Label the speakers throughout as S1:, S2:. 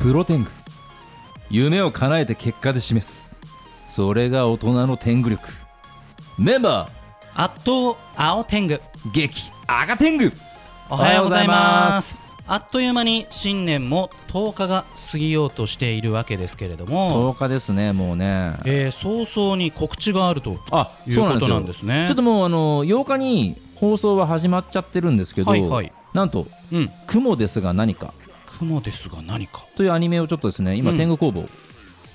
S1: プロテング夢を叶えて結果で示すそれが大人の天狗力メンバ
S2: アット青天狗
S1: ー激赤天狗
S2: おはようございますあっという間に新年も10日が過ぎようとしているわけですけれども、
S1: 10日ですねもうね
S2: えー、早々に告知があると
S1: あ
S2: いうことなんですすね
S1: ちょっともうあの8日に放送は始まっちゃってるんですけど、
S2: はいはい
S1: なんと
S2: うん
S1: 「雲ですが何か
S2: 雲ですが何か」
S1: というアニメをちょっとですね今、
S2: うん
S1: 天狗工房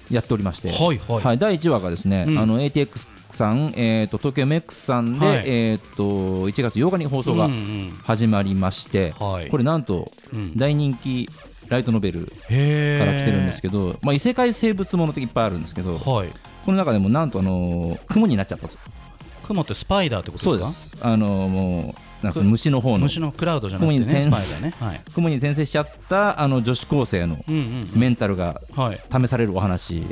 S1: やっておりまして、
S2: はいはい
S1: はい、第1話がですね、
S2: うん
S1: あの ATX さん、えー、と東京 MX さんで、
S2: はい
S1: えー、と1月8日に放送が
S2: うんうん
S1: 始まりまして、
S2: はい
S1: これなんと
S2: うん
S1: 大人気ライトノベルか
S2: へー
S1: ら来てるんですけど、まあ、異世界生物ものっていっぱいあるんですけどこ
S2: はい
S1: の中でもなんと、あのー雲になっちゃったと
S2: 雲ってスパイダーってこと
S1: そう
S2: で
S1: です
S2: か
S1: す、あのーもうなんかその虫の方の
S2: 虫のクラウドじゃなくて
S1: 雲に
S2: ね
S1: 転
S2: スパイダーねはい
S1: 雲に転生しちゃったあの女子高生の
S2: うんうん
S1: メンタルが
S2: うんはい
S1: 試されるお話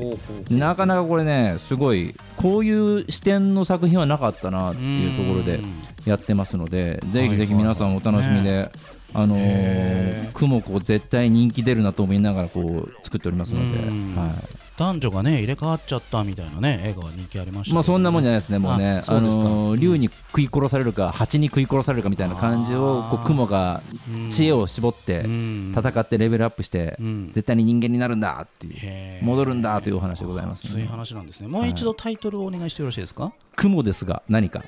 S1: なかなかこれねすごいこういう視点の作品はなかったなっていうところで
S2: うん
S1: やってますのでぜ
S2: は
S1: ひ
S2: い
S1: ぜひ皆さんお楽しみで、あの
S2: へ
S1: ー、雲子絶対人気出るなと思いながらこう作っておりますので、
S2: うん
S1: は
S2: 男女がね入れ替わっちゃったみたいなね映画が人気ありまし
S1: い、
S2: たけどね
S1: まあそんなもんじゃないですねもうね
S2: あ
S1: あ
S2: そうですか
S1: のー竜に食い殺されるか蜂に食い殺されるかみたいな感じをこ
S2: あー
S1: う雲が知恵を絞って
S2: うん
S1: 戦ってレベルアップして
S2: うん
S1: 絶対に人間になるんだっていう
S2: へー
S1: 戻るんだというお話でございます
S2: そういう話なんですねもう一度タイトルをお願いしてよろしいですか
S1: 雲ですが何か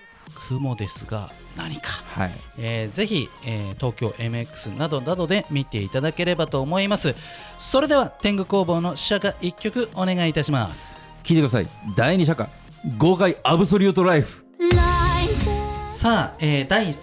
S2: 雲ですが何か
S1: はい
S2: えーぜひ、えー東京 MX などなどで見ていただければと思いますそれでは天狗工房の試写化1曲お願いいたします
S1: 聞いてください第二社会豪快アブソリュートライフ
S2: さあ、えー、第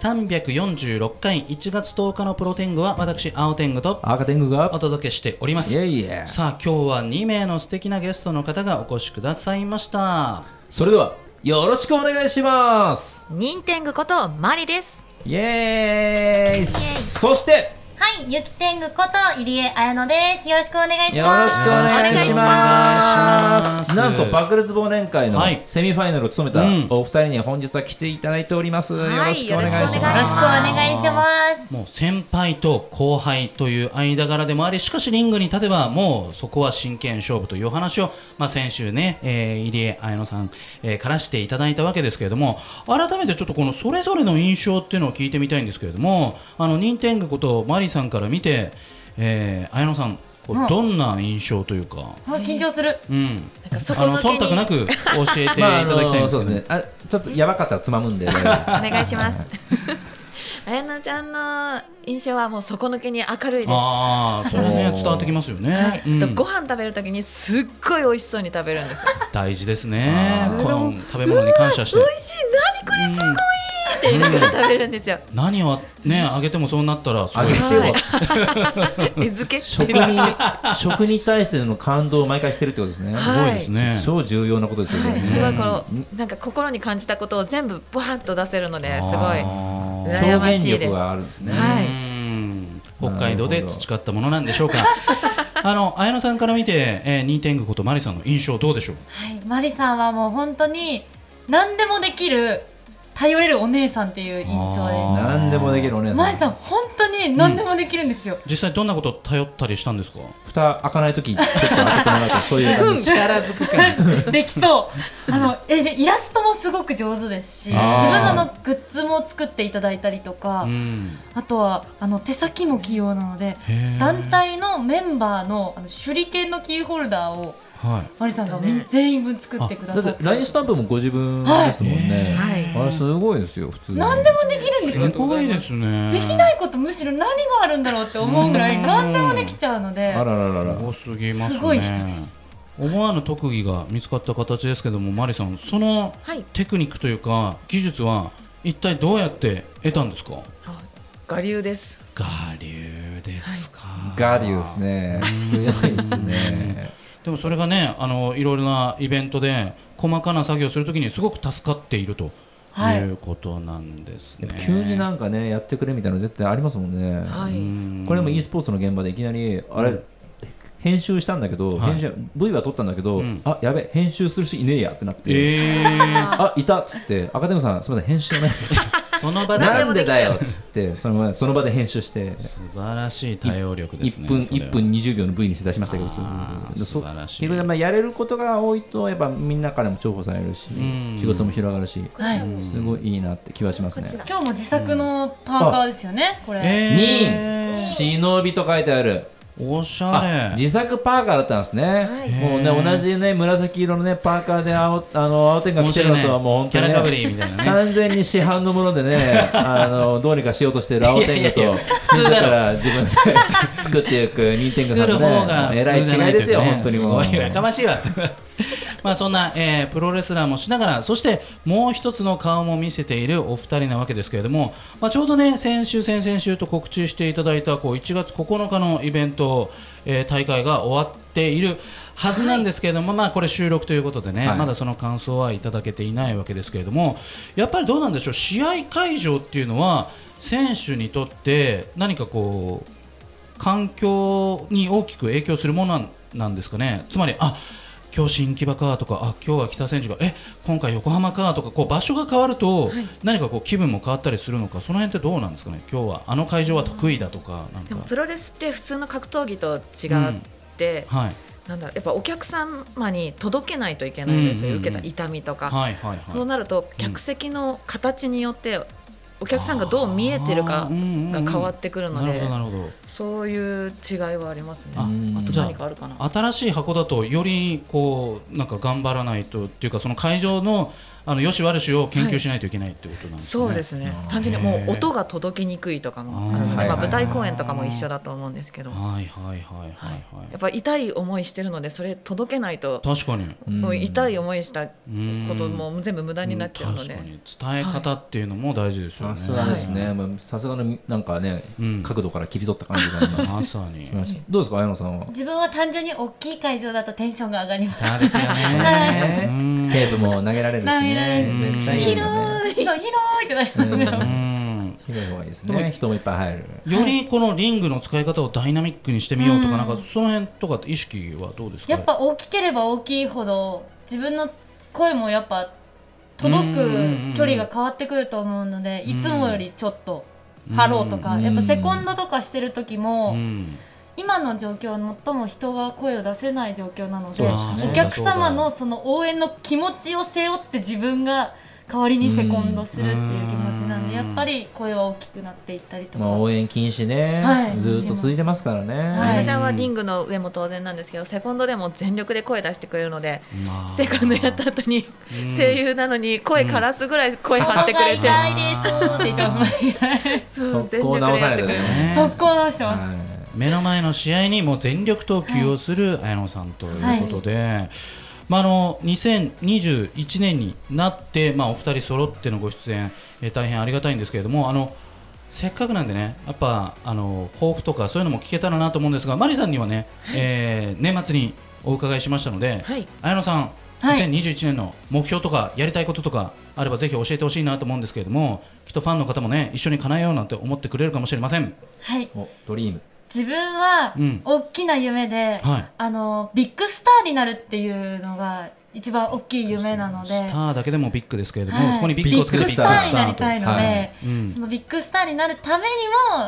S2: 346回1月10日のプロ天狗は私青天狗と
S1: 赤天狗が
S2: お届けしております
S1: いえいえ
S2: さあ今日は2名の素敵なゲストの方がお越しくださいました
S1: それではよろしくお願いします
S3: 任天狗ことマリです
S1: イエーイそして
S4: はい、ゆき天狗こと入江彩乃です。よろしくお願いし
S1: よろ
S4: ま
S1: し
S4: す。
S1: くお願いしま
S2: お願いします
S1: すなんと爆裂忘年会の
S2: はい
S1: セミファイナルを務めた
S2: うん
S1: お二人に本日は来ていただいております、
S3: い
S1: よろしくお願いします
S3: よろしくお
S4: よ
S3: 願
S4: ろしくお願いします。
S2: もう先輩と後輩という間柄でもありしかしリングに立てばもうそこは真剣勝負というお話を、まあ、先週ね、えー入江彩乃さん、えーからしていただいたわけですけれども改めてちょっとこのそれぞれの印象っていうのを聞いてみたいんですけれどもあの任天堂ことマリさんから見て、えー、彩乃さんこうどんな印象というか、
S4: あ、緊張する。
S2: うん、
S3: なんか底
S2: あの
S3: 抜けに
S2: 忖度なく教えていただき
S1: まあ、あ
S2: たいんですけど、
S1: のそう ですねあちょっとやばかったらつまむんでお
S3: お
S1: 願
S3: 願いしますあやなちゃんの印象はもう底抜けに明るいです
S2: ああそれはね
S1: おー
S2: 伝わってきますよね、
S3: はい、
S2: うん
S3: とご飯食べるときにすっごい美味しそうに食べる んですよ。
S2: 大事ですね
S1: あー
S2: この食べ物に感謝して
S3: 美味しい、何これすごいって言いながら食べるんですよ。
S2: 何をねあげてもそうなったらすごい
S1: いします
S3: はい餌付けって
S1: 食
S3: いうの
S1: に食に対しての感動を毎回してるってことですね、
S3: は
S2: すごいですね、
S1: 超重要なことですよ
S3: は
S1: ね、
S3: い、すごいこのなんか心に感じたことを全部バーッと出せるのですご
S2: あ
S3: い
S2: ー
S3: 羨
S1: 表
S3: まし
S1: 現
S3: いで
S1: 力
S3: す。
S1: があるんですね、
S3: はいう
S2: ーん北海道で培ったものなんでしょうかあの綾乃さんから見て、えー、ニーテングことマリさんの印象どうでしょう
S4: はい、マリさんはもう本当に何でもできる頼れるお姉さんっていう印象
S2: あ
S1: 何でもできるお
S4: で
S1: 姉
S4: す。マリ
S1: さ
S4: さ
S1: ん
S4: ん本当に何でもできるんですよ。
S2: 実際どんなこと頼ったりしたんですか
S1: 蓋開かないときちょっと開けてもらったそういう感じです
S2: 力づく感
S4: できそう。あのえイラストもすごく上手ですし、自
S1: あー
S4: 分のあのグッズも作っていただいたりとか、
S2: うん
S4: あとはあの手先も器用なので、
S2: へー
S4: 団体のメンバーのあの手裏剣のキーホルダーを
S2: はい
S4: マリさんがみ
S3: ね
S4: 全員分作ってくださ
S1: だ
S4: っ
S1: ってラインスタンプもご自分ですもんね、
S3: はい
S1: あれすごいですよ普通に
S4: 何でもできるんです
S2: す
S4: よ。
S2: ごいですね
S4: できないことむしろ何があるんだろうって思うぐら
S2: う
S4: い
S2: ん
S4: 何でもできちゃうので
S1: あらららら
S2: 多すぎますね
S4: すごい人で
S2: 思わぬ特技が見つかった形ですけどもマリさんその
S3: はい、
S2: テクニックというか技術は一体どうやって得たんですか
S3: あ我流です。
S2: 我流ですか、
S1: ガデューですね強いですね
S2: でもそれがねあのいろいろなイベントで細かな作業をするときにすごく助かっていると
S4: はい
S2: いうことなんですね、
S1: 急になんかねやってくれみたいなの絶対ありますもんね、
S3: は
S2: う
S3: い。
S2: ん
S1: これも e スポーツの現場でいきなりあれ、編集したんだけど、
S2: はい
S1: 編集 V は撮ったんだけど、
S2: うん
S1: あやべ編集する人いねえやってなって、
S2: えー
S1: あいたっつって「赤手さんすみません編集お願いします」
S2: その場で
S1: なんでだよっつってその場その場で編集して
S2: 素晴らしい対応力ですね
S1: 1分
S2: それは
S1: 1分20秒の V にして出しましたけど
S2: あー
S1: でそ
S2: 素晴らしい
S1: けどまあやれることが多いとやっぱみんなからも重宝されるし
S2: ん
S1: 仕事も広がるし
S4: はい
S1: すごいいいなって気はしますね
S3: こちら
S4: 今日も自作のパーカーですよね、これ、
S2: え
S1: 忍
S2: ー、
S1: 忍びと書いてある
S2: おし
S1: あ
S2: ゃれ
S1: 自作パーカーだったんですね、
S3: はい
S1: もう
S2: へー
S1: ね同じね紫色のねパーカーで青あの青天が来てるのとはもう本
S2: キ
S1: 当
S2: ャ
S1: に
S2: ラ
S1: ね
S2: かぶりみたいなね
S1: 完全に市販のもので ねあのどうにかしようとしてる青天狗
S2: いやい
S1: と
S2: やいや普通だろ
S1: 自ら自分で作っていく任天
S2: 作
S1: 狗さん
S2: る
S1: の
S2: 方が
S1: ねえらい
S2: 普通じゃな
S1: 違いですよ
S2: とうかね
S1: 本当にもう
S2: すごいやかまし いわまあそんな、えープロレスラーもしながらそしてもう一つの顔も見せているお二人なわけですけれども、まあ、ちょうどね先週先々週と告知していただいたこう1月9日のイベント、えー大会が終わっているはずなんですけれども、まあこれ収録ということでね、
S1: はい
S2: まだその感想はいただけていないわけですけれどもやっぱりどうなんでしょう試合会場っていうのは選手にとって何かこう環境に大きく影響するものなんなんですかねつまりあ今日新木場かとかあ今日は北選手がえ今回横浜かとかこう場所が変わると、何かこう気分も変わったりするのかその辺ってどうなんですかね今日はあの会場は得意だとかなん
S3: で
S2: か
S3: もプロレスって普通の格闘技と違って、
S2: はい
S3: なんだろうやっぱお客様に届けないといけないですよ、
S2: うんうんうん
S3: 受けた痛みとか、
S2: はいはい
S3: そう
S2: は
S3: なると客席の形によってお客さんがどう見えてるかが変わってくる
S2: い
S3: の
S2: なるほ
S3: で
S2: どなるほど
S3: そういう違いはありますね
S2: あ
S3: あと
S1: じゃあ
S3: 何かあるかな
S2: 新しい箱だとよりこうなんか頑張らないとっていうかその会場のあのよし悪しを研究しないといけないってことなんですね、
S3: そうですね単純にもう音が届きにくいとかもあるので、
S1: あー
S3: ま
S1: は
S3: あ、
S1: い
S3: 舞台公演とかも一緒だと思うんですけど、は
S2: はいはいはいはい
S3: い
S2: はい
S3: やっぱ痛い思いしてるのでそれ届けないと
S2: 確かに
S1: うん
S3: もう痛い思いしたこ
S2: うん
S3: とも全部無駄になっちゃうので、
S2: うん確かに伝え方っていうのも大事ですよ
S1: さ
S2: ね、
S1: すがですねもうさすがのなんかね
S2: うん
S1: 角度から切り取った感じが 今
S2: まさに
S1: しましたどうですか綾野さんは
S4: 自分は単純に大きい会場だとテンションが上がります
S2: そうですよね
S1: はい
S2: うん
S1: テープも投げられるし
S4: 投げられ
S1: ね
S4: る
S1: 絶対いいですよね
S4: そう広いってなりますね
S1: う
S2: うんん
S1: 広い方がいいですね人もいっぱい入る
S2: よりこのリングの使い方をダイナミックにしてみようとか、
S4: うん
S2: なんかその辺とかって意識はどうですか
S4: やっぱ大きければ大きいほど自分の声もやっぱ届
S2: うんうんうんうん
S4: く距離が変わってくると思うのでいつもよりちょっと
S2: うん
S4: 張ろうとか
S1: うん
S4: やっぱセコンドとかしてる時
S2: う
S4: も
S2: ん
S4: 今の状況最も人が声を出せない状況なの
S1: そう
S4: で
S1: ですね
S4: お客様のその応援の気持ちを背負って自分が代わりにセコンドするっていう気持ちなので
S2: う
S4: や
S2: ん
S4: っぱり声は大きくなっていったりとか
S1: まあ応援禁止ね
S4: はい
S1: ずーっと続いてますから
S4: はい
S1: ね
S3: ちゃんはリングの上も当然なんですけどセコンドでも全力で声出してくれるので
S2: まあ
S3: セコンドやった後に
S2: うん
S3: 声優なのに声枯らすぐらい声張ってくれ
S4: お
S3: て
S4: 腹痛いですって言ってます
S3: そう
S1: 速攻直さないと
S3: 全力でやってくれる
S1: ね
S2: ね
S4: 速攻直してます
S1: はい
S2: 目の前の試合にもう全力投球をする綾野さんということで、まあ、あの2021年になって、まあ、お二人揃ってのご出演、えー大変ありがたいんですけれどもあのせっかくなんでねやっぱあの抱負とかそういうのも聞けたらなと思うんですがマリさんにはね、えー年末にお伺いしましたので、
S3: はい
S2: 綾野さん、
S4: はい
S2: 2021年の目標とかやりたいこととかあればぜひ教えてほしいなと思うんですけれどもきっとファンの方もね一緒に叶えようなんて思ってくれるかもしれません。
S4: はい
S1: おドリーム
S4: 自分は
S2: うん
S4: 大きな夢で、
S2: はい
S4: あのビッグスターになるっていうのが一番大きい夢なので、
S2: スターだけでもビッグですけれども、
S4: はい
S2: そこにビッグをつけて
S1: ビ
S4: ビ
S1: ッ
S4: ッグ
S1: グ
S4: スター
S1: ス
S4: に
S1: タ
S4: な
S1: ー
S4: り
S1: にと
S4: たいので、
S1: はい
S2: うん
S4: そのビッグスターになるために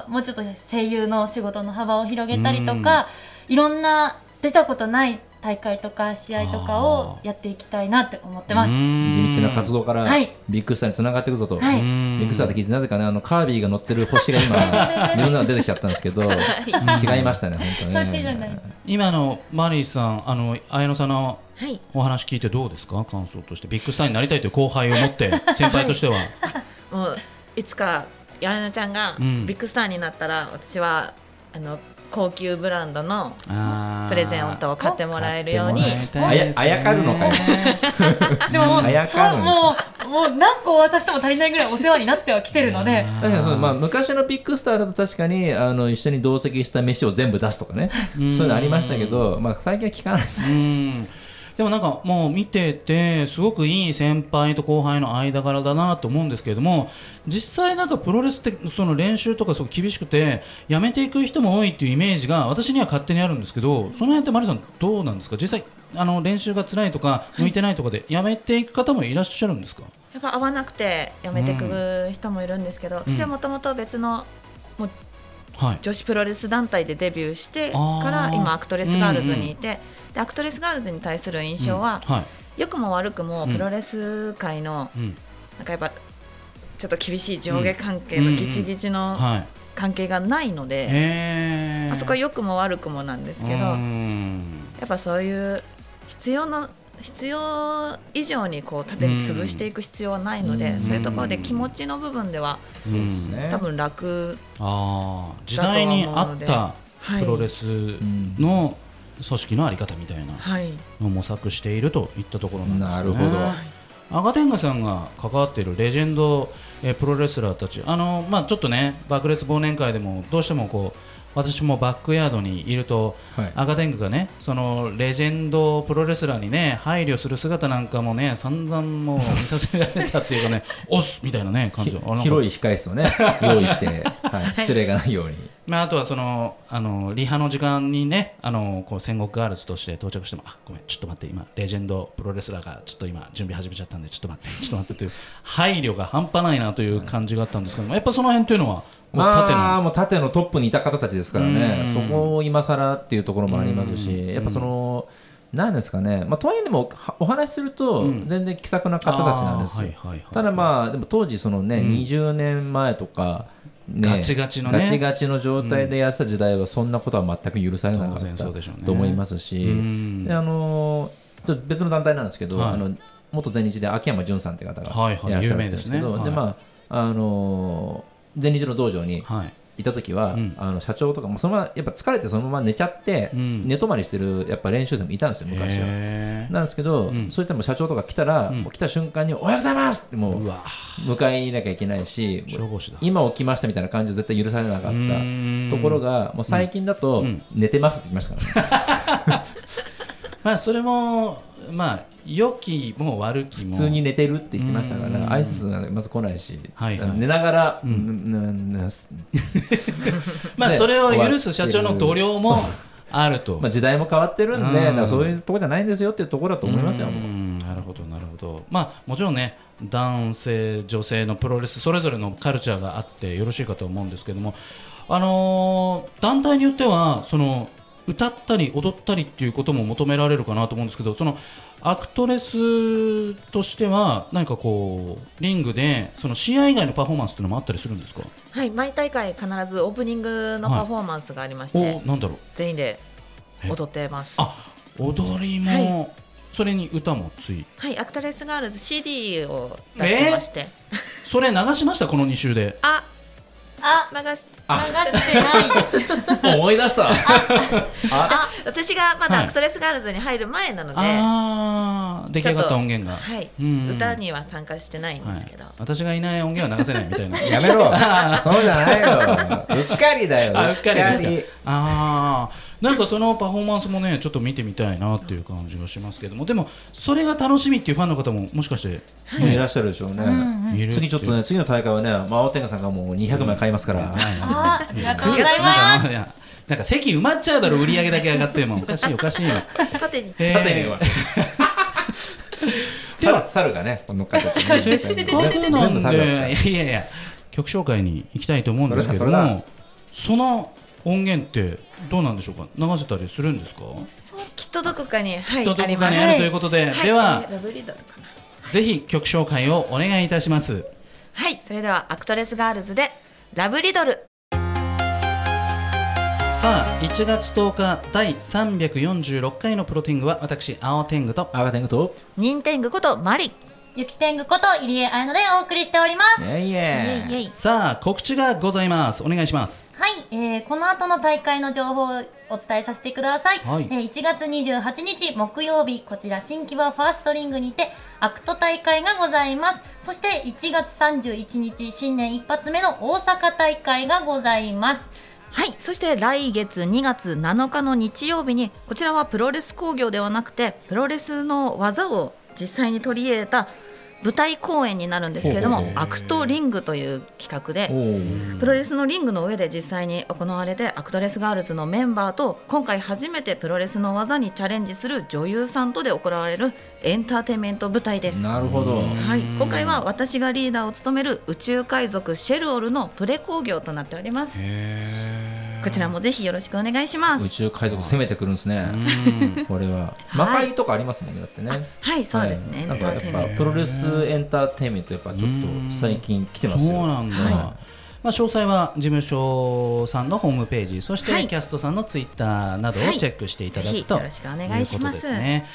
S4: ももうちょっと声優の仕事の幅を広げたりとか、いろんな出たことない大会とか試合とかをやっていきたいなって思ってます。
S1: 地道な活
S2: 動
S1: 動から
S4: はい
S1: ビッグスターにつながっていくぞと、
S4: はい
S1: ビッグスターって聞いてなぜかねあのカービィが乗ってる星が今自分の中に出てきちゃったんですけど違いましたね本当
S4: そうやってじゃない
S1: ね
S2: 今のマリーさんあの綾野さんの
S3: はい
S2: お話聞いてどうですか感想としてビッグスターになりたいという後輩を持って 先輩としては、
S3: もういつかやなちゃんが
S2: うん
S3: ビッグスターになったら、私はあの高級ブランドの
S2: あー
S3: プレゼントを買ってもらえるように
S2: 買ってもらいたいですね
S1: あやあやかるのかよ
S4: でももう
S1: あや
S4: そ
S1: か
S4: う
S1: る
S4: もうもう何個渡しても足りないぐらいお世話になってはきてるので。
S2: あー
S1: 確かにそのまあ、昔のビッグスターだと確かにあの一緒に同席した飯を全部出すとかねそういうのありましたけど、まあ、最近は聞かないです
S2: うんでもなんかもう見ててすごくいい先輩と後輩の間柄だなと思うんですけれども実際なんかプロレスってその練習とかすごく厳しくてやめていく人も多いっていうイメージが私には勝手にあるんですけどその辺ってマリさんどうなんですか実際あの練習が辛いとか向いてないとかでやめていく方もいらっしゃるんですか、
S3: やっぱ合わなくてやめてく人もいるんですけ
S2: う
S3: ど、
S2: ん
S3: 私はもともと別の
S2: はい
S3: 女子プロレス団体でデビューして
S2: あー
S3: から今アクトレスガールズにいて、でアクトレスガールズに対する印象は
S2: う、んはい
S3: 良くも悪くも
S2: うん
S3: プロレス界の
S2: うん
S3: なんかやっぱちょっと厳しい上下関係のギチギチの
S2: はい
S3: 関係がないので、
S2: えー
S3: あそこは良くも悪くもなんですけど、
S2: う
S3: や
S2: ん
S3: っぱそういう必要の必要以上にこう縦に潰していく必要はないので、
S2: うん
S3: そういうところで気持ちの部分では
S1: そうですね、
S3: 多分楽、
S2: あー時代に合った
S3: はい、
S2: プロレス
S1: うん
S2: の組織のあり方みたいな
S3: はい
S2: のを模索しているといったところなんですね。
S1: なるほど
S2: アガテンガさんが関わっているレジェンド、えープロレスラーたち、あのまあ、ちょっとね、爆裂忘年会でもどうしてもこう私もバックヤードにいると、
S1: はい
S2: アガテングがね、そのレジェンドプロレスラーにね、配慮する姿なんかもね、散々もう見させられたっていうか ね、押すみたいなね、感じ
S1: ひ
S2: あなんか
S1: 広い控室をね用意して、はい、失礼がないように
S2: まあ、あとはそのあのリハの時間にねあのこう戦国ガールズとして到着してもあごめんちょっと待って今レジェンドプロレスラーがちょっと今準備始めちゃったんでちょっと待ってちょっと待ってという配慮が半端ないなという感じがあったんですけどもやっぱその辺というのはこう縦
S1: まあ
S2: の
S1: もう縦のトップにいた方たちですからね
S2: うん
S1: そこを今更っていうところもあります
S2: うん
S1: しやっぱその何ですかねまあとはいえでもはお話しすると
S2: うん
S1: 全然気さくな方たちなんですよ、
S2: あーはいはいはい
S1: ただまあでも当時そのね、
S2: うん
S1: 20年前とか、ね、
S2: ガチガチのね
S1: ガチガチの状態でやってた時代はそんなことは全く許されなか
S2: 当然
S1: った
S2: そうでしょうね
S1: と思いますし、
S2: うん
S1: であのーちょっと別の団体なんですけど、
S2: はい
S1: あの元全日で秋山潤さんって方が
S2: はいはい
S1: いらっしゃるんですけど、
S2: 有名ですねはい
S1: でまああのー全日の道場に
S2: はい
S1: いた時は、
S2: うん
S1: あの社長とかもそのままやっぱ疲れてそのまま寝ちゃって、
S2: うん
S1: 寝泊まりしてるやっぱ練習生もいたんですよ昔は。
S2: へー
S1: なんですけど、
S2: うん
S1: そういったもう社長とか来たら、
S2: うん
S1: 来た瞬間に「おはようございます!」ってもう
S2: うわ
S1: 迎えなきゃいけないし
S2: 消防士だ
S1: 今起きましたみたいな感じは絶対許されなかっ
S2: う
S1: た
S2: ーん
S1: ところがもう最近だと
S2: うん
S1: 寝てますって言いましたからね
S2: まあそれもまあ良きも悪きも
S1: 普通に寝てるって言ってましたか
S2: うん
S1: ら挨拶がまず来ないし
S2: はいはい
S1: 寝ながら
S2: う
S1: うんんうんす
S2: まあ
S1: ね
S2: それを許す社長の同僚もあると
S1: まあ時代も変わってるんで
S2: うん
S1: だからそういうとこじゃないんですよっていうところだと思いますよ
S2: うー
S1: もうん
S2: なるほどなるほどまあもちろんね男性女性のプロレスそれぞれのカルチャーがあってよろしいかと思うんですけどもあのー団体によってはその歌ったり踊ったりっていうことも求められるかなと思うんですけどそのアクトレスとしては何かこうリングでその試合以外のパフォーマンスっていうのもあったりするんですか
S3: はい、毎大会必ずオープニングのパフォーマンスがありまして、
S2: おなんだろう
S3: 全員で踊ってます。
S2: あ踊りも、
S3: は
S2: それに歌もつい
S3: はい、アクトレスガールズ CD を出してまして、
S2: それ流しましたこの2週で
S3: あ、
S4: あ
S3: 流し、
S4: 流して ない
S1: 思い出した
S3: あ、私がま
S2: は
S3: だ
S2: い
S3: アクトレスガールズに入る前なので、は
S2: ああ出来上がった音源が、
S3: い、
S2: うん
S3: 歌には参加してないんですけど、
S2: はい私がいない音源は流せないみた い な
S1: やめ ろそうじゃないようっかりだよ
S2: あうっか りですかああなんかそのパフォーマンスもねちょっと見てみたいなっていう感じがしますけどもでもそれが楽しみっていうファンの方ももしかして
S1: ねいらっしゃるでしょう
S4: うん
S1: ね
S4: うん
S2: 見れる
S1: 次ちょっとね次の大会はねまあ青天下さんがもう200枚買いますから
S4: あありがとうござい
S2: な
S4: ま
S2: ん
S4: す
S2: かいやなんか席埋まっちゃうだろ売り上げだけ上がってもおかしいおかしいよ
S3: 縦に
S2: へー
S1: 縦には。 猿猿がね、この方、ね、
S2: せっかくなんで、
S1: 全部猿だっ
S2: いやいや、曲紹介に行きたいと思うんですけど
S1: それだそれ
S2: も、その音源ってどうなんでしょうか、流せたりするんですか、
S3: きっとどこかに、はい、
S2: きっとどこ
S3: あ
S2: かに
S3: り
S2: あ
S3: ま
S2: るということで、
S3: す。
S2: では、
S3: ラブリードルかな。
S2: ぜひ曲紹介をお願いいたします。
S3: はい、それではアクトレスガールズでラブリドル。
S2: さあ、1月10日、第346回のプロティングは、私、青天狗と、
S1: た。赤天狗と、
S3: ニンテングことマリ。
S4: ゆき天狗こと入江彩乃でお送りしております
S1: ねえい
S3: イ
S1: え
S3: エイイエイ。
S2: さあ、告知がございます、お願いします。
S4: はい、えーこの後の大会の情報をお伝えさせてください、
S2: はい
S4: えー1月28日木曜日こちら新規はファーストリングにてアクト大会がございますそして1月31日新年一発目の大阪大会がございます
S3: はい、そして来月2月7日の日曜日にこちらはプロレス工業ではなくてプロレスの技を実際に取り入れた舞台公演になるんですけれど
S1: ほう
S3: も
S1: ほう
S3: 「アクトリング」という企画で
S1: お
S3: プロレスのリングの上で実際に行われてアクトレスガールズのメンバーと今回初めてプロレスの技にチャレンジする女優さんとで行われるエンターテインメント舞台です。
S1: なるほど
S3: はい、今回は私がリーダーを務める宇宙海賊シェルオルのプレ興行となっております。こちらもぜひよろしくお願いしま
S1: 宇
S3: す。
S1: 宙海賊攻めてくるんですねこれは魔界とかありますもんねだってね
S3: はい、そうですね。
S1: はい
S3: エンターテイン
S1: なんか
S3: メ
S1: やっ
S3: ント
S1: ぱプロレスエンターテインメントやっぱちょっと最近来てますよ
S2: そうなんだ、
S1: は
S2: まあ、詳細は事務所さんのホームページそして
S3: はい
S2: キャストさんのツイッターなどを
S3: はい
S2: チェックしていただ
S3: ぜ
S2: く
S3: ひ
S2: と、
S3: よろしくお願いします
S2: とうことですね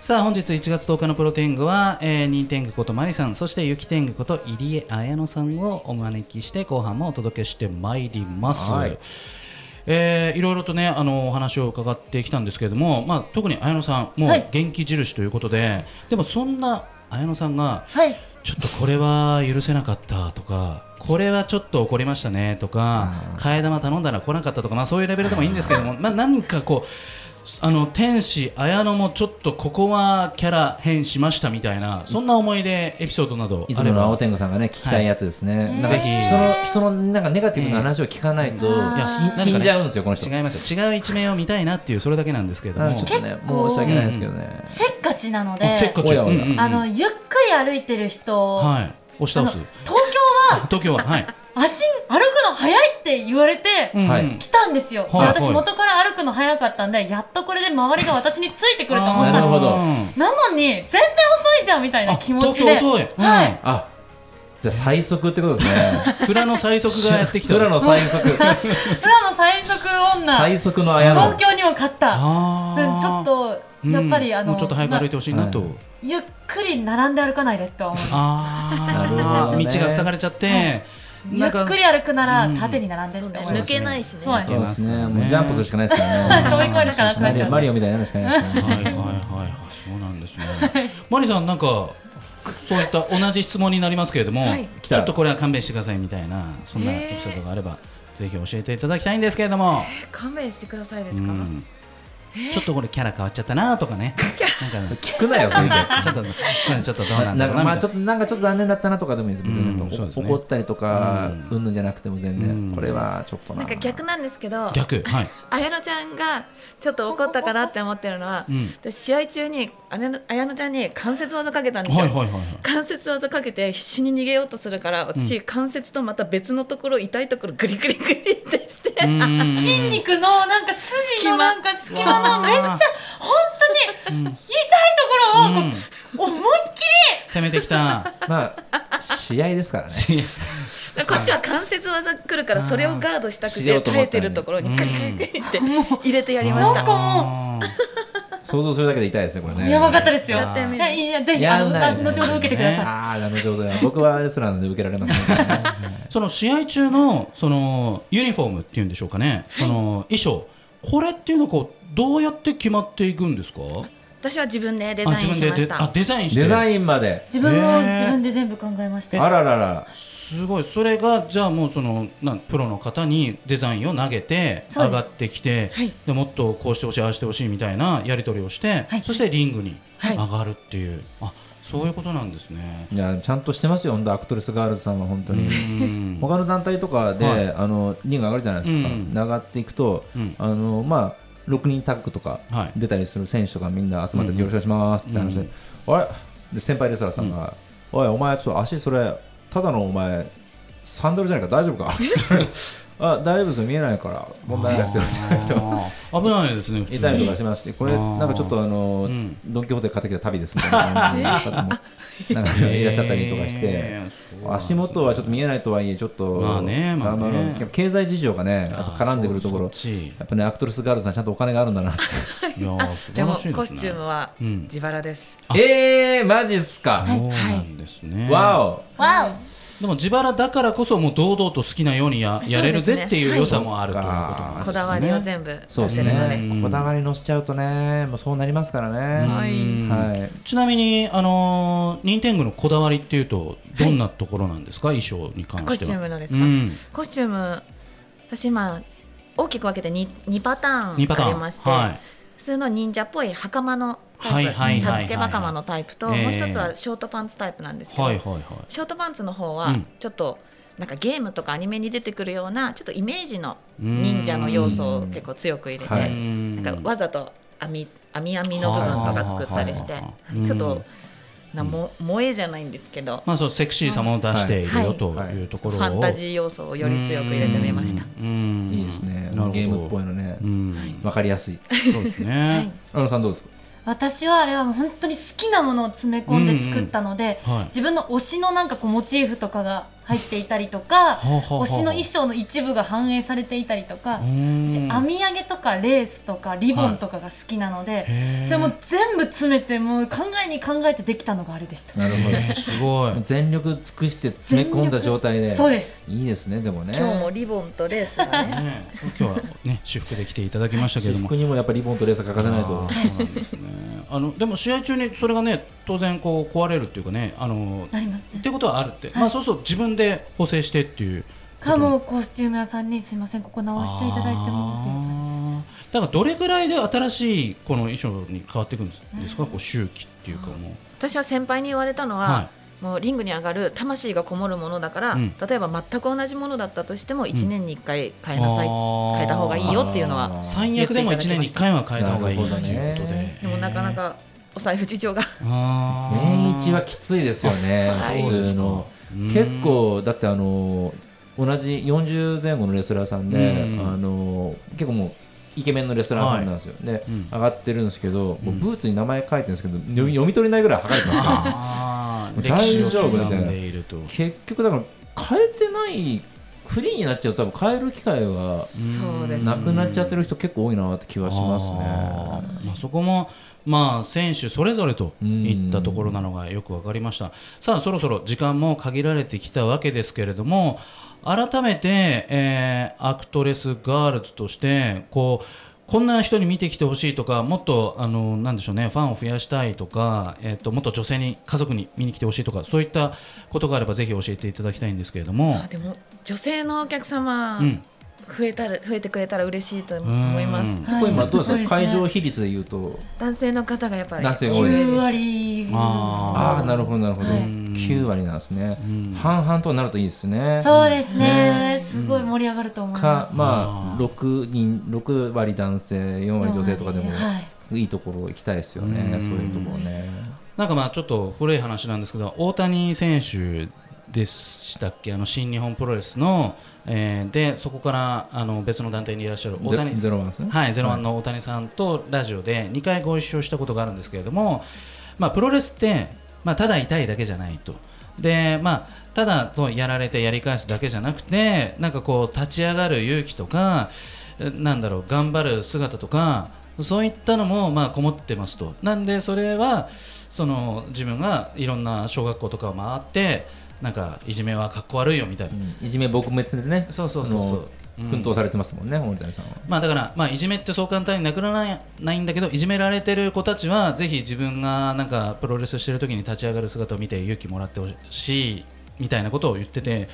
S2: さあ本日1月10日のプロテングは、えー、ニンテングことマリさんそしてユキテングこと入江彩乃さんをお招きして後半もお届けしてまいります。
S1: はい
S2: えーいろいろとねあのお話を伺ってきたんですけれども、まあ、特に綾乃さんも
S4: は
S2: う
S4: い
S2: 元気印ということで、でもそんな綾乃さんが
S4: はい
S2: ちょっとこれは許せなかったとかこれはちょっと怒りましたねとか替え玉頼んだら来なかったとか、まあ、そういうレベルでもいいんですけども、まあ、何かこうあの天使綾乃もちょっとここはキャラ変しましたみたいなそんな思い出エピソードなど
S1: いつ
S2: あ
S1: も
S2: れ
S1: の青
S2: ば
S1: 天狗さんがね聞きたいやつですね、
S4: はい
S1: なんか
S2: ぜひ
S1: 人の人のなんかネガティブな話を聞かないと、
S4: うん
S2: いや
S1: 死
S2: なん
S1: ん
S2: かね
S1: 死んじゃうんですよこの人
S2: 違いますよ違う一面を見たいなっていうそれだけなんですけれど
S1: な
S2: も
S1: んかちょっとね
S4: 結構
S1: 申し訳ないですけどね、
S4: せっかちなの
S2: せっ
S4: で
S2: かち
S1: おやおや
S4: あのゆっくり歩いてる人、
S2: はい押し倒
S4: あの
S2: す
S4: 東京は
S2: 東京ははい、
S4: 足歩くの早いって言われて
S2: うんうん
S1: はい
S4: 来たんですよ、
S2: はい
S4: 私
S2: はい
S4: 元から歩くの早かったんでやっとこれで周りが私についてくると思った
S1: なる
S4: の
S1: ほど
S2: うん
S4: なのに全然遅いじゃんみたいな
S2: あ
S4: 気持
S2: 東
S4: ち
S2: 京
S4: で
S2: 遅い、
S4: は
S2: うん
S4: い
S1: あじゃあ最速ってことです ね
S2: 蔵の最速がやってき た
S1: 裏の最速
S4: フラの最速女
S1: 最速の綾
S4: 東
S1: 野
S4: 京にも勝った、
S2: あ
S4: う
S2: ー
S4: ん、ちょっと
S2: うん
S4: やっぱり、あの
S2: もうちょっと早く歩いてほしいなと、
S1: はい
S4: まゆっくり並んで歩かないですとは思う
S2: あー
S1: なるほどね
S2: 道が塞がれちゃって、
S4: ゆっくり歩くな
S2: う
S4: ら
S2: ん
S4: 縦に並んでるって思
S2: そう
S4: い
S2: で
S3: 抜
S4: ます
S2: ね
S3: けないしね。
S4: そうなん
S2: い
S4: で
S2: け
S1: そうです
S2: ま
S1: す
S2: からね
S1: ねもうジャンプするしかないですからね
S4: 飛び越えるしかなくな
S1: マ
S4: っちゃ
S1: リ
S4: う
S1: オマリオみたいになるしかないですから
S2: は
S1: ね
S2: いはいはいはいそうなんですねマリさんなんかそういった同じ質問になりますけれども、
S3: はい
S2: ちょっとこれは勘弁してくださいみたいなそんなエピソードがあれば、ぜひ教えていただきたいんですけれども、
S3: え勘弁してくださいで
S2: う
S3: すか。
S2: んちょっとこれキャラ変わっちゃったなとかねなんか
S1: 聞くなよそれで
S2: ちょっとこれちょっとどう
S1: な
S2: なん
S1: な
S2: だ
S1: ん
S2: ろ
S1: か
S2: うな
S1: まあ
S2: み
S1: ち
S2: た
S1: ょっとなんかちょっと残念だったなとかでもいいです別に、
S2: うん
S1: お
S2: そうですね
S1: 怒ったりとか
S2: う
S1: うんぬんじゃなくても全然、
S2: うん
S1: これはちょっとな
S3: なんか逆なんですけど
S2: いな、逆はい、
S3: 綾乃ちゃんがちょっと怒ったかなって思ってるのは
S2: う、ん、
S3: で試合中に綾乃綾乃ちゃんに関節技かけたんです
S2: はい
S3: よ。
S2: はいはいはい
S3: 関節技かけて必死に逃げようとするから私、関節とまた別のところ痛いところグリグリグリってして、
S2: うーん
S4: 筋肉のなんか筋のなんか隙間のめっちゃ本当に痛いところをこう思いっきり
S2: 攻めてきた。
S1: まあ試合ですからね
S3: こっちは関節技来るか
S2: あー
S3: らそれをガードしたく
S1: しよ
S3: て
S1: うと思
S3: 耐
S1: っ
S3: え
S1: た
S3: て
S1: のに
S3: るところに
S2: うん
S3: グリグリグリって 入れてやりました
S4: あー。も
S1: 想像するだけで痛いですねこれね
S4: やばかったですよ。
S3: やってみる
S4: いやぜひ
S1: やん
S4: あの
S1: ない
S4: あ
S1: です
S4: 後
S1: ね
S4: ほど受けてくださ
S1: ああなるほどね僕はレスラーなんで受けられませんからね
S2: その試合中のそのユニフォームっていうんでしょうかね。その衣装これっていうのはこうどうやって決まっていくんですか。
S3: 私は自分でデ
S2: デ
S3: ザインしまし
S2: あ
S3: た。
S2: デザインして。
S1: デザインまで
S4: い。自分も
S2: へー
S4: 自分で全部考えました。
S1: あららら
S2: すごいそれがじゃあもうそのなんプロの方にデザインを投げて
S4: そ
S2: 上
S4: うです
S2: がってきて
S3: はい
S2: でもっとこうしてほしいああしてほしいみたいなやり取りをして、
S4: はい
S2: そしてリングに
S3: はい
S2: 上がるっていう、あそういうことなんですね。
S1: いやちゃんとしてますよ本当アクトレスガールズさんは本当
S2: う
S1: に、
S2: ん
S1: 他の団体とかで、
S2: は
S1: あのリング上がるじゃないですか、
S2: うん
S1: で上がっていくと、
S2: うん
S1: あのまあ、6人タッグとか
S2: はい
S1: 出たりする選手とかみんな集まって、
S2: うん
S1: よろしくお願いしますって話で、あれで先輩レスラーさんが、おいお前ちょっと足それただのお前サンダルじゃないか大丈夫 かあ大丈夫ですよ見えないから問題ないですよみたいな人が
S2: あー危ないですね。普通に
S1: いたりとかしますしこれ
S2: あー
S1: なんかちょっとあの、
S2: うん
S1: ドン・キホーテ買ってきた旅ですみたいな感じの方 もなんかいらっしゃったりとかして。
S2: えーそうなんです
S1: 足
S2: ね
S1: 元はちょっと見えないとはいえ、ちょっと、
S2: まあねまあね
S1: 頑張ろう経済事情がね、やっぱ絡んでくるとこ
S2: あ
S1: ろ
S2: ー、そ うそっち
S1: やっぱね、アクトレスガールズさん、ちゃんとお金があるんだな。
S2: いやー素
S3: で
S2: 晴
S3: も
S2: らしいですね。
S3: コスチュームは
S2: うん
S3: 自腹です。
S2: あ
S1: えー、マジっすか、
S2: そうなんですね。
S1: わ
S4: わ
S2: でも自腹だからこそもう堂々と好きなようにややれる
S3: そう
S2: ぜ
S3: ですね
S2: っていう良さもあるという
S1: は
S2: こ
S1: い
S2: となんですね。
S3: こだわりを全部
S1: おそうです
S3: 出せるの
S2: う
S1: ね
S2: ん、
S1: こだわり乗せちゃうとね、もうそうなりますから
S2: うん
S1: ね。
S3: はい
S1: はい
S2: ちなみにあのー任天堂のこだわりっていうとどんなところなんですか、衣装に関しては。
S3: コスチュームのですか
S2: うん
S3: コスチューム私今大きく分けて 2, 2パターン
S2: 二パターン
S3: ありまして、
S2: はい
S3: 普通の忍者っぽい袴のタイプ、
S2: はいはいはいはい
S3: タツケバカマのタイプと、
S2: ええ
S3: もう一つはショートパンツタイプなんですけど、
S2: はいはいはい
S3: ショートパンツの方
S2: う
S3: は
S2: ん
S3: ちょっとなんかゲームとかアニメに出てくるようなちょっとイメージの
S2: 忍
S3: 忍者の要素を結構強く入れて、
S1: はい
S3: なんか
S2: か
S3: わざと網網網の部分とか作ったりして、
S2: はいはいはいはい
S3: ち
S2: う
S3: ょっ
S2: ん
S3: となも萌えじゃないんですけど、
S2: まあ、そうセクシーさも出している
S3: はい
S2: よ
S3: はい
S2: と
S1: はいいう
S2: ところを、
S3: ファンタジー要素をより強く入れてみました。
S2: うんうん
S1: いいですね
S2: なるほど
S1: ゲームっぽいのね
S2: うん
S1: わかりやすい
S2: そうです
S3: は
S2: ね
S3: い、
S1: あのさんどうですか
S4: 私はあれはもう本当に好きなものを詰め込んで作ったので、
S2: はい
S4: 自分の推しのなんかこうモチーフとかが入っていたりとか、
S2: はあはあはあ
S4: 推しの衣装の一部が反映されていたりとか
S2: う、ん
S4: 私編み上げとかレースとかリボンとかが好きなので、
S2: へー
S4: それも全部詰めてもう考えに考えてできたのがあれでした。
S1: なるほ
S2: えーす ごい
S1: ど全力尽くして詰め込んだ状態で
S4: そうです。
S1: いいですねでもね
S3: 今日もリボンとレースが ね
S2: ね今日はね私服で来ていただきましたけれ
S1: 私
S2: ども
S1: 服にもやっぱりリボンとレーサー欠かせないと
S2: あーそうなんですねあのでも試合中にそれがね当然こう壊れるっていうかねあの
S4: なります
S2: っ
S4: ね。
S2: てことはあるって、まあそうそう自分で補正してっていう
S4: かもうコスチューム屋さんにすいませんここ直していただいてもっていう
S2: あーだからどれぐらいで新しいこの衣装に変わっていくんですか、こう周期っていうかもう
S3: 私は先輩に言われたのは、
S2: は
S3: もうリングに上がる魂がこもるものだから、
S2: うん
S3: 例えば全く同じものだったとしても1年に1回変え
S2: あ
S3: なさい、
S2: ー
S3: 変えた方がいいよっていうのは
S2: 最悪でも1年に1回は変えた方がいいということで、
S1: なるほどね
S3: でもなかなかお財布事情が、
S2: あー
S1: 年一はきついですよね
S3: あ
S1: 普通の
S2: うん
S1: 結構だってあの同じ40前後のレスラーさんで
S2: うん
S1: あの結構もうイケメンのレスラーさんなんですよで
S2: うん
S1: 上がってるんですけどもううんブーツに名前書いてるんですけど読み読み取れないぐらい剥がれてますから
S2: あー
S1: もう大丈夫
S2: 歴史を刻んでいると
S1: 結局だから変えてないフリーになっちゃうと多分変える機会が
S3: そうです
S1: なくなっちゃってる人結構多いなって気はします
S2: あ
S1: ね。
S2: ーまあ、そこも、まあ、選手それぞれといったところなのがよく分かりました、さあそろそろ時間も限られてきたわけですけれども改めて、えーアクトレスガールズとしてこうこんな人に見てきてほしいとかもっとあのなんでしょうねファンを増やしたいとか、えっともっと女性に家族に見に来てほしいとかそういったことがあればぜひ教えていただきたいんですけれども
S3: あ。でも女性のお客様、
S2: うん
S3: 増えたら増えてくれたら嬉しいと思いま
S2: うん
S3: す
S1: これ今どうですか、
S4: はい
S1: 会場比率で言うと
S3: 男性の方がやっぱり
S1: 男性が多いです
S4: 9割
S2: あ
S1: ああなるほどなるほど、
S4: はい
S1: 9割なんですね、
S2: うん
S1: 半々となるといいですね。
S4: そうですねすごい盛り上がると思いま
S1: か
S4: す
S1: まあ
S2: あー
S1: 6人6割男性4割女性とかでも
S4: はい
S1: いいところ行きたいですよね、
S2: うん
S1: そういうところね。
S2: なんかまあちょっと古い話なんですけど大谷選手でしたっけあの新日本プロレスの、えーでそこからあの別の団体にいらっしゃる大谷
S1: ゼゼロワンですね。
S2: はい、ゼロワンの大谷さんとラジオで2回ご一緒したことがあるんですけれども、まあ、プロレスって、まあ、ただ痛いだけじゃないと。でまあ、ただそうやられてやり返すだけじゃなくてなんかこう立ち上がる勇気とかえなんだろう頑張る姿とかそういったのもまあこもってますとなんでそれはその自分がいろんな小学校とかを回ってなんかいじめはかっこ悪いよみたいな
S1: うんいじめ撲滅でね、
S2: そうそうそう
S1: あ
S2: そう
S1: の
S2: うん
S1: 奮闘されてますもんね、大谷さんは。
S2: まあだから、まあ、いじめってそう簡単になくならないないんだけどいじめられてる子たちはぜひ自分がなんかプロレスしてる時に立ち上がる姿を見て勇気もらってほしいみたいなことを言ってて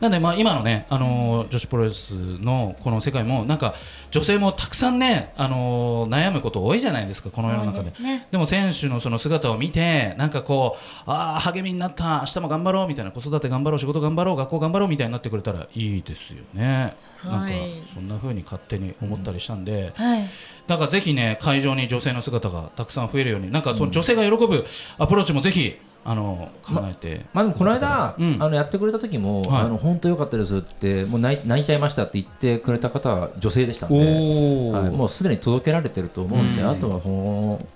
S2: なんでまあ今のね、あのー女子プロレスのこの世界もなんか女性もたくさんね、あのー悩むこと多いじゃないですかこの世の中
S4: 多い
S2: で。
S4: ですね
S2: でも選手のその姿を見てなんかこうああ励みになった明日も頑張ろうみたいな子育て頑張ろう仕事頑張ろう学校頑張ろうみたいになってくれたらいいですよね。なん
S3: は
S2: か
S3: い
S2: そんな風に勝手に思ったりしたんで、
S4: はい
S2: だからぜひね会場に女性の姿がたくさん増えるようになんかその女性が喜ぶアプローチもぜひあの考えて、
S1: まあ、でもこの間、
S2: うん
S1: あのやってくれた時も、
S2: はい
S1: あの本当良かったですってもう泣い泣いちゃいましたって言ってくれた方は女性でしたんで、
S2: おお、
S1: はい、もうすでに届けられてると思うんで、
S2: うん
S1: あとはこ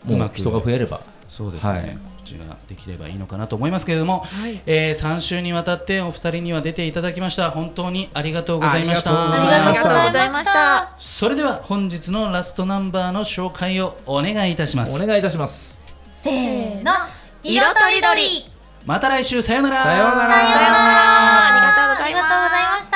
S2: う
S1: のも
S2: ま
S1: う
S2: く
S1: 人が増えれば
S2: そうですね、
S1: はい
S2: こっちができればいいのかなと思いますけれども、
S3: はい
S2: えー、3週にわたってお二人には出ていただきました本当にありがとうございました
S1: あり
S4: ありがとうござい
S3: ありがとうございま
S4: ま
S3: し
S4: したた
S2: それでは本日のラストナンバーの紹介をお願いいたします
S1: お願いいたします。
S4: せーの
S3: 色
S4: 色
S3: と
S4: と
S3: り
S4: り
S3: ど
S4: ど
S3: り
S4: り
S2: また来週さよう
S1: さようなら
S3: さようならありがとうございます
S4: ありがとうございました